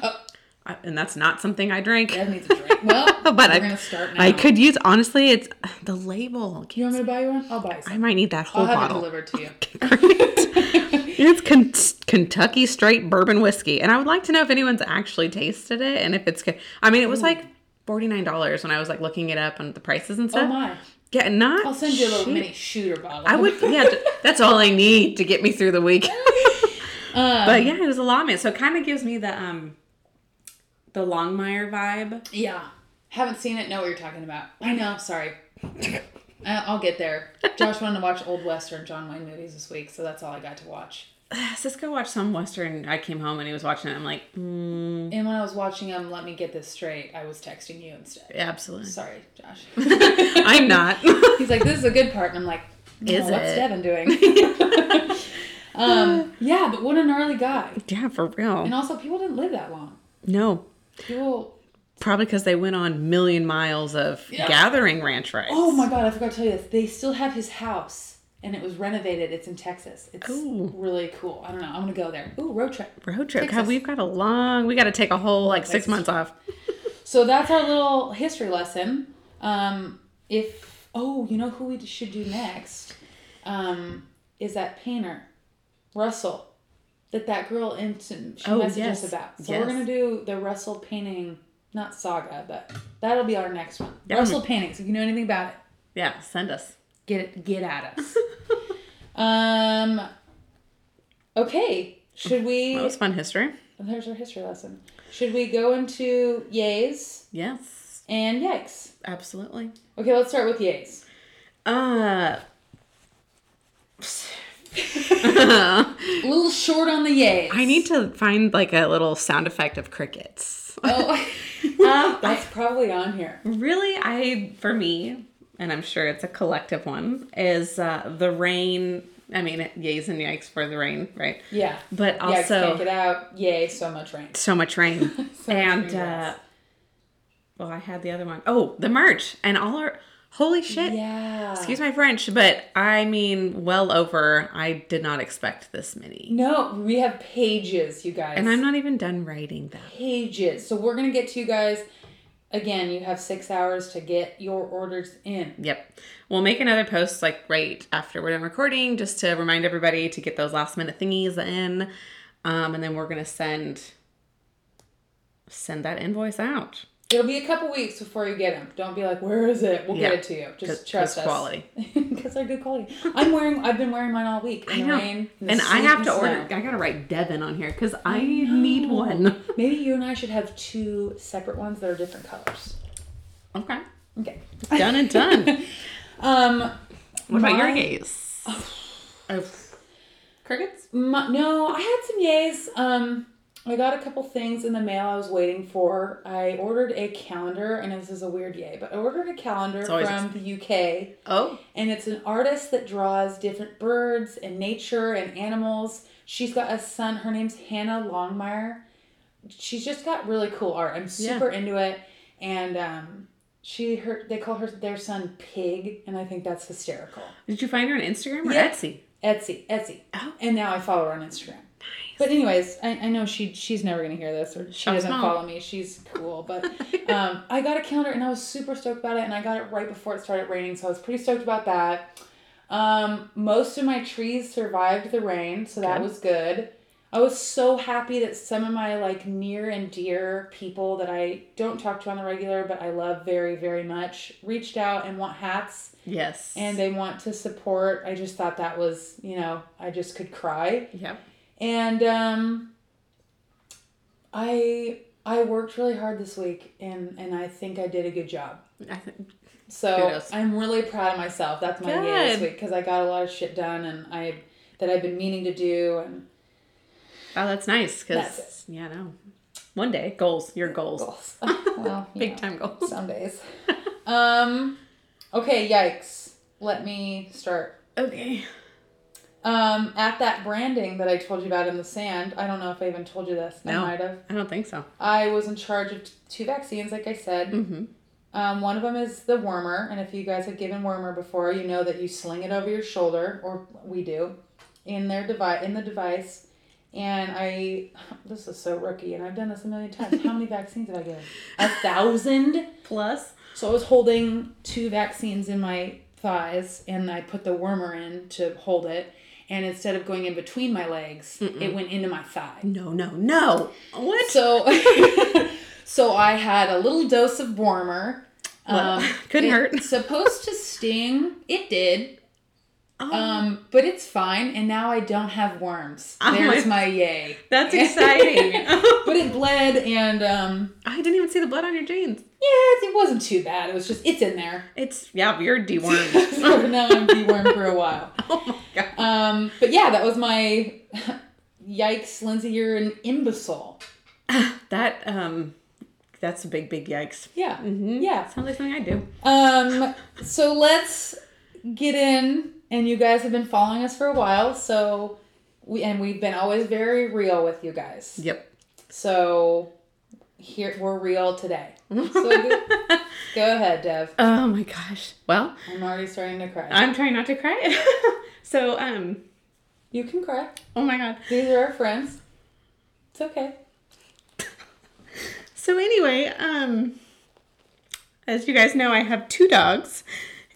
Speaker 2: Uh,
Speaker 1: Oh.
Speaker 2: I- and that's not something I drink.
Speaker 1: That needs a drink. Well,
Speaker 2: But
Speaker 1: we're
Speaker 2: I-
Speaker 1: going to start now.
Speaker 2: I could use honestly, it's the label.
Speaker 1: You want me to buy you one? I'll buy you
Speaker 2: I
Speaker 1: some.
Speaker 2: might need that whole
Speaker 1: I'll have
Speaker 2: bottle.
Speaker 1: it delivered to you.
Speaker 2: Great. it's Ken- Kentucky straight bourbon whiskey, and I would like to know if anyone's actually tasted it and if it's good. I mean, it was like forty nine dollars when I was like looking it up and the prices and
Speaker 1: Oh,
Speaker 2: stuff.
Speaker 1: my.
Speaker 2: yeah, not.
Speaker 1: I'll send you a little
Speaker 2: shit.
Speaker 1: mini shooter bottle.
Speaker 2: I would. Yeah, th- that's all I need to get me through the week.
Speaker 1: Um,
Speaker 2: but yeah, it was a lawman, so it kind of gives me the um, the Longmire vibe.
Speaker 1: Yeah. Haven't seen it. Know what you're talking about. I know. Sorry. I- I'll get there. Josh wanted to watch old western John Wayne movies this week, so that's all I got to watch.
Speaker 2: Cisco watched some western. I came home and he was watching it. I'm like, mm,
Speaker 1: And when I was watching them, let me get this straight. I was texting you instead.
Speaker 2: absolutely.
Speaker 1: Sorry, Josh.
Speaker 2: I'm not.
Speaker 1: He's like, "This is a good part," and I'm like, no,
Speaker 2: Is
Speaker 1: "What's
Speaker 2: it?"
Speaker 1: Devin doing?" um, yeah, but what a gnarly guy.
Speaker 2: yeah, for real.
Speaker 1: And also, people didn't live that long.
Speaker 2: No,
Speaker 1: People.
Speaker 2: Probably because they went on million miles of
Speaker 1: Yeah.
Speaker 2: gathering ranch rice.
Speaker 1: Oh my God, I forgot to tell you this. They still have his house, and it was renovated. It's in Texas. It's
Speaker 2: Ooh.
Speaker 1: really cool. I don't know. I'm gonna go there. Ooh, road trip.
Speaker 2: Road trip. God,
Speaker 1: Texas.
Speaker 2: we've got a long. We got to take a whole like six
Speaker 1: Places.
Speaker 2: months off.
Speaker 1: So that's our little history lesson. Um, if oh, you know who we should do next um, is that painter, Russell, that that girl into she
Speaker 2: Oh,
Speaker 1: messaged
Speaker 2: yes.
Speaker 1: us about. So
Speaker 2: Yes.
Speaker 1: we're gonna do the Russell painting, not saga, but that'll be our next one.
Speaker 2: Yeah.
Speaker 1: Russell paintings. If you know anything about it,
Speaker 2: Yeah, send us.
Speaker 1: get it, get at us. um. Okay, should we?
Speaker 2: That was fun history.
Speaker 1: There's our history lesson. Should we go into yays
Speaker 2: Yes,
Speaker 1: and yikes?
Speaker 2: absolutely.
Speaker 1: Okay, let's start with yays.
Speaker 2: Uh,
Speaker 1: A little short on the yays.
Speaker 2: I need to find like a little sound effect of crickets.
Speaker 1: Oh,
Speaker 2: Um,
Speaker 1: that's probably on here.
Speaker 2: really, I for me, and I'm sure it's a collective one, is uh, the rain. I mean, yays and yikes for the rain, right?
Speaker 1: Yeah.
Speaker 2: But
Speaker 1: yeah, I can't
Speaker 2: also,
Speaker 1: get out. Yay, so much rain.
Speaker 2: so much rain
Speaker 1: So much
Speaker 2: and
Speaker 1: rain,
Speaker 2: uh
Speaker 1: yes.
Speaker 2: well i had the other one. Oh, the merch and all our holy shit
Speaker 1: Yeah.
Speaker 2: excuse my french but i mean well over i did not expect this many
Speaker 1: No, we have pages, you guys.
Speaker 2: and i'm not even done writing them
Speaker 1: pages. So we're gonna get to you guys. Again, you have six hours to get your orders in.
Speaker 2: yep we'll make another post like right after we're done recording just to remind everybody to get those last minute thingies in um, and then we're gonna send send that invoice out
Speaker 1: It'll be a couple weeks before you get them. Don't be like, where is it? We'll
Speaker 2: Yeah.
Speaker 1: get it to you. Just
Speaker 2: 'Cause-
Speaker 1: trust
Speaker 2: 'cause
Speaker 1: us.
Speaker 2: quality.
Speaker 1: Because they're good quality. I'm wearing. I've been wearing mine all week. In
Speaker 2: I
Speaker 1: the
Speaker 2: know.
Speaker 1: rain. in the
Speaker 2: And I
Speaker 1: sleet
Speaker 2: have
Speaker 1: and
Speaker 2: to
Speaker 1: snow.
Speaker 2: order. I gotta write Devin on here because I need one.
Speaker 1: Maybe you and I should have two separate ones that are different colors.
Speaker 2: Okay.
Speaker 1: Okay.
Speaker 2: Done and done.
Speaker 1: Um.
Speaker 2: What about your
Speaker 1: mine-
Speaker 2: gaze? Crickets.
Speaker 1: My, no, I had some yays. Um, I got a couple things in the mail I was waiting for. I ordered a calendar, and this is a weird yay, but I ordered a calendar
Speaker 2: It's
Speaker 1: from
Speaker 2: always
Speaker 1: the UK,
Speaker 2: Oh,
Speaker 1: and it's an artist that draws different birds and nature and animals. She's got a son. Her name's Hannah Longmire. She's just got really cool art. I'm
Speaker 2: Yeah.
Speaker 1: super into it, and um, she her they call her their son Pig, and I think that's hysterical.
Speaker 2: did you find her on Instagram or
Speaker 1: Yeah.
Speaker 2: Etsy?
Speaker 1: Etsy, Etsy.
Speaker 2: Oh.
Speaker 1: And now I follow her on Instagram. But anyways, I, I know she she's never gonna hear this or she
Speaker 2: Shop
Speaker 1: doesn't
Speaker 2: small.
Speaker 1: follow me. She's cool, but um, I got a calendar and I was super stoked about it and I got it right before it started raining, so I was pretty stoked about that. Um, most of my trees survived the rain, so that
Speaker 2: Good.
Speaker 1: was good. I was so happy that some of my like near and dear people that I don't talk to on the regular but I love very very much reached out and want hats
Speaker 2: Yes.
Speaker 1: and they want to support. I just thought that was, you know, I just could cry.
Speaker 2: yep.
Speaker 1: And um I I worked really hard this week and and I think I did a good job.
Speaker 2: I think
Speaker 1: So
Speaker 2: Kudos.
Speaker 1: I'm really proud of myself. That's my yay this
Speaker 2: Good.
Speaker 1: week cuz I got a lot of shit done and I that I've been meaning to do and
Speaker 2: oh, that's nice. Cause
Speaker 1: That's
Speaker 2: yeah, no. One day goals. Your goals.
Speaker 1: goals. well, you
Speaker 2: Big
Speaker 1: know,
Speaker 2: time goals.
Speaker 1: some days. um okay, yikes. Let me start
Speaker 2: Okay.
Speaker 1: Um, at that branding that I told you about in the sand, I don't know if I even told you this.
Speaker 2: No.
Speaker 1: I might have.
Speaker 2: I don't think so.
Speaker 1: I was in charge of t- two vaccines, like I said.
Speaker 2: Mm-hmm.
Speaker 1: Um, one of them is the warmer, and if you guys have given warmer before, you know that you sling it over your shoulder, or we do, in their device, in the device. And I, this is so rookie, and I've done this a million times. How many vaccines have I given? A thousand.
Speaker 2: Plus.
Speaker 1: So I was holding two vaccines in my thighs and I put the warmer in to hold it. And instead of going in between my legs, it went into my thigh.
Speaker 2: No, no, no. What?
Speaker 1: So so I had a little dose of warmer. um,
Speaker 2: Well, Uh, couldn't
Speaker 1: it-
Speaker 2: hurt.
Speaker 1: Supposed to sting. It did.
Speaker 2: Oh.
Speaker 1: Um, but it's fine, and now I don't have worms.
Speaker 2: Oh my-
Speaker 1: There's my yay.
Speaker 2: That's exciting.
Speaker 1: But it bled, and um,
Speaker 2: I didn't even see the blood on your jeans.
Speaker 1: yeah, it wasn't too bad. It was just it's in there.
Speaker 2: It's yeah, you're dewormed.
Speaker 1: so now I'm dewormed for a while.
Speaker 2: oh my god.
Speaker 1: Um, but yeah, that was my yikes, Lindsay, you're an imbecile.
Speaker 2: That um that's a big, big yikes.
Speaker 1: Yeah.
Speaker 2: Mhm.
Speaker 1: Yeah.
Speaker 2: Sounds like something I do.
Speaker 1: Um, so let's get in, and you guys have been following us for a while, so we and we've been always very real with you guys.
Speaker 2: Yep.
Speaker 1: So here we're real today. So go, go ahead, Dev.
Speaker 2: Oh my gosh. Well,
Speaker 1: I'm already starting to cry.
Speaker 2: I'm trying not to cry. so um
Speaker 1: you can cry.
Speaker 2: oh my god.
Speaker 1: These are our friends. It's okay.
Speaker 2: So anyway, um as you guys know, I have two dogs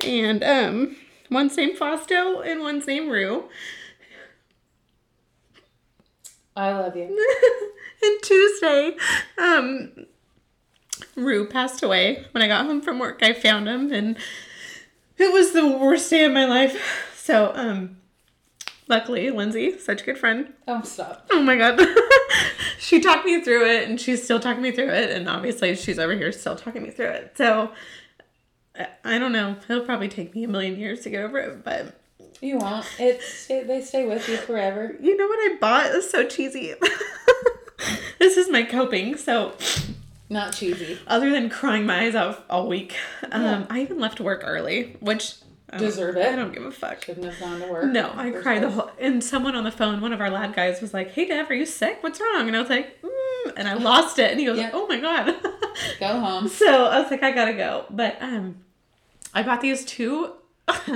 Speaker 2: and um one's named Fausto and one's named Rue.
Speaker 1: I love you.
Speaker 2: and Tuesday, um, Rue passed away. When I got home from work, I found him, and it was the worst day of my life. So, um, luckily, Lindsay, such a good friend.
Speaker 1: Oh, stop.
Speaker 2: Oh my god, she talked me through it, and she's still talking me through it, and obviously, she's over here still talking me through it. So, I- I don't know. It'll probably take me a million years to get over it, but
Speaker 1: You won't. It's it, they stay with you forever.
Speaker 2: You know what I bought? It's so cheesy. this is my coping. So,
Speaker 1: Not cheesy.
Speaker 2: other than crying my eyes out all week, um,
Speaker 1: Yeah.
Speaker 2: I even left work early, which I don't-
Speaker 1: Deserve it.
Speaker 2: I don't give a fuck.
Speaker 1: Shouldn't have gone to work.
Speaker 2: No, I cried the whole. And someone on the phone, one of our lad guys, was like, "Hey, Dev, are you sick? What's wrong?" And I was like, mm, "And I lost it." And he goes,
Speaker 1: Yeah.
Speaker 2: "Oh my god."
Speaker 1: Go home.
Speaker 2: so I was like, "I gotta go," but um, I bought these two.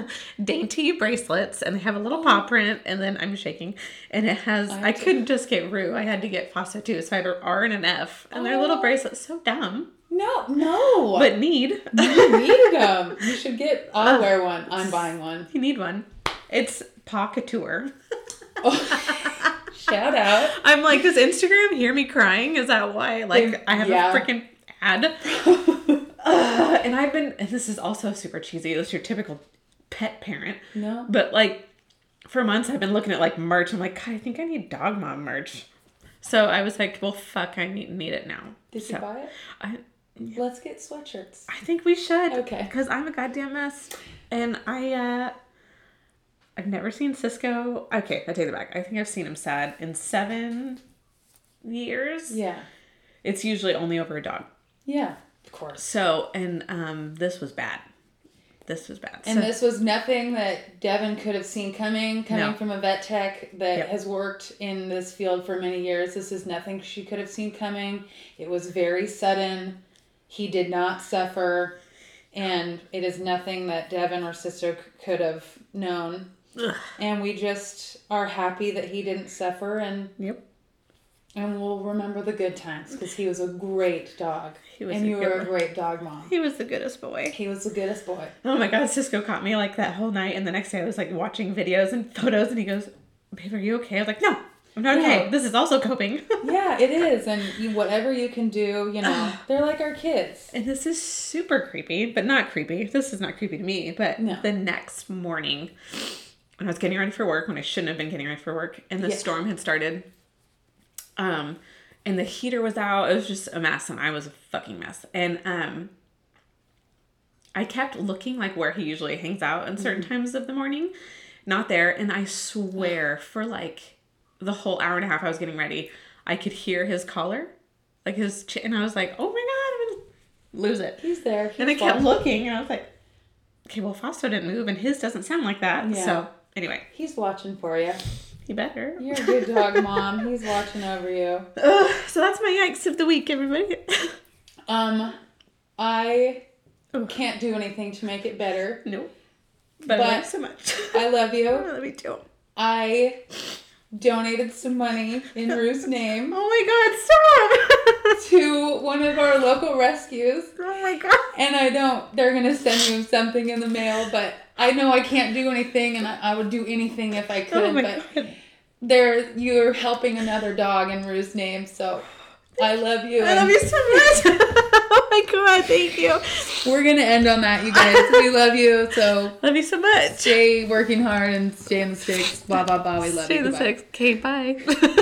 Speaker 2: dainty bracelets and they have a little paw print and then I'm shaking and it has I,
Speaker 1: Oh. I do.
Speaker 2: couldn't just get Rue I had to get Fossa too so I have an R and an F and they're little
Speaker 1: Oh.
Speaker 2: bracelets so dumb
Speaker 1: No, no.
Speaker 2: but need
Speaker 1: you need them. You should get. I'll wear one. I'm buying one.
Speaker 2: You need one. It's paw couture.
Speaker 1: Oh, shout out.
Speaker 2: I'm like, does Instagram hear me crying? Is that why? Like, I have
Speaker 1: Yeah.
Speaker 2: a freaking had. Ugh, Uh, and I've been, and this is also super cheesy. This is your typical pet parent.
Speaker 1: No.
Speaker 2: But like for months, I've been looking at like merch. I'm like, God, I think I need dog mom merch. So I was like, well, fuck, I need, need it now.
Speaker 1: Did
Speaker 2: so
Speaker 1: you buy it?
Speaker 2: I,
Speaker 1: Let's get sweatshirts.
Speaker 2: I think we should.
Speaker 1: Okay.
Speaker 2: Because I'm a goddamn mess. And I, uh, I've never seen Cisco. Okay, I take it back. I think I've seen him sad in seven years.
Speaker 1: Yeah.
Speaker 2: It's usually only over a dog.
Speaker 1: Yeah. Of course.
Speaker 2: So, and um, this was bad. This was bad.
Speaker 1: And
Speaker 2: so,
Speaker 1: this was nothing that Devin could have seen coming, coming
Speaker 2: No.
Speaker 1: from a vet tech that
Speaker 2: Yep.
Speaker 1: has worked in this field for many years. This is nothing she could have seen coming. It was very sudden. He did not suffer. And it is nothing that Devin or sister c- could have known.
Speaker 2: Ugh.
Speaker 1: And we just are happy that he didn't suffer and
Speaker 2: Yep.
Speaker 1: and we'll remember the good times because he was a great dog.
Speaker 2: He was
Speaker 1: and
Speaker 2: a
Speaker 1: you
Speaker 2: good
Speaker 1: were a
Speaker 2: one.
Speaker 1: great dog mom.
Speaker 2: He was the goodest boy.
Speaker 1: He was the goodest boy.
Speaker 2: Oh my God, Cisco caught me like that whole night. And the next day I was like watching videos and photos and he goes, Babe, are you okay? I was like, No, I'm not okay.
Speaker 1: No.
Speaker 2: This is also coping.
Speaker 1: Yeah, it is. And you, whatever you can do, you know, they're like our kids.
Speaker 2: And this is super creepy, but not creepy. This is not creepy to me. But
Speaker 1: No.
Speaker 2: the next morning, when I was getting ready for work, when I shouldn't have been getting ready for work, and the
Speaker 1: Yeah.
Speaker 2: storm had started, um, and the heater was out. It was just a mess, and I was a fucking mess. And um, I kept looking like where he usually hangs out in certain
Speaker 1: Mm-hmm.
Speaker 2: times of the morning, not there. And I swear, for like the whole hour and a half I was getting ready, I could hear his collar, like his, ch- and I was like, oh my god, I'm gonna lose it.
Speaker 1: He's there. He's
Speaker 2: And I kept
Speaker 1: fine.
Speaker 2: looking, and I was like, okay, well, Fausto didn't move, and his doesn't sound like that.
Speaker 1: Yeah.
Speaker 2: So anyway,
Speaker 1: He's watching for you.
Speaker 2: he better.
Speaker 1: You're a good dog mom. He's watching over you.
Speaker 2: Ugh, so that's my yikes of the week, everybody.
Speaker 1: Um, I
Speaker 2: Ugh.
Speaker 1: can't do anything to make it better.
Speaker 2: no, but, I
Speaker 1: But-
Speaker 2: love you so much.
Speaker 1: I love you.
Speaker 2: love you too.
Speaker 1: I donated some money in Ruth's name
Speaker 2: Oh my god, stop!
Speaker 1: to one of our local rescues.
Speaker 2: oh my god.
Speaker 1: And I don't, they're gonna send you something in the mail, but I know I can't do anything and I, I would do anything if I could,
Speaker 2: Oh my
Speaker 1: but
Speaker 2: god.
Speaker 1: there you're helping another dog in Rue's name, so I love you.
Speaker 2: I
Speaker 1: and
Speaker 2: love you so much. oh my god, thank you.
Speaker 1: We're gonna end on that, you guys. we love you, so
Speaker 2: Love you so much.
Speaker 1: stay working hard and stay in the sticks, blah blah blah. We love
Speaker 2: Stay
Speaker 1: you.
Speaker 2: the
Speaker 1: Goodbye.
Speaker 2: sex. Okay, bye.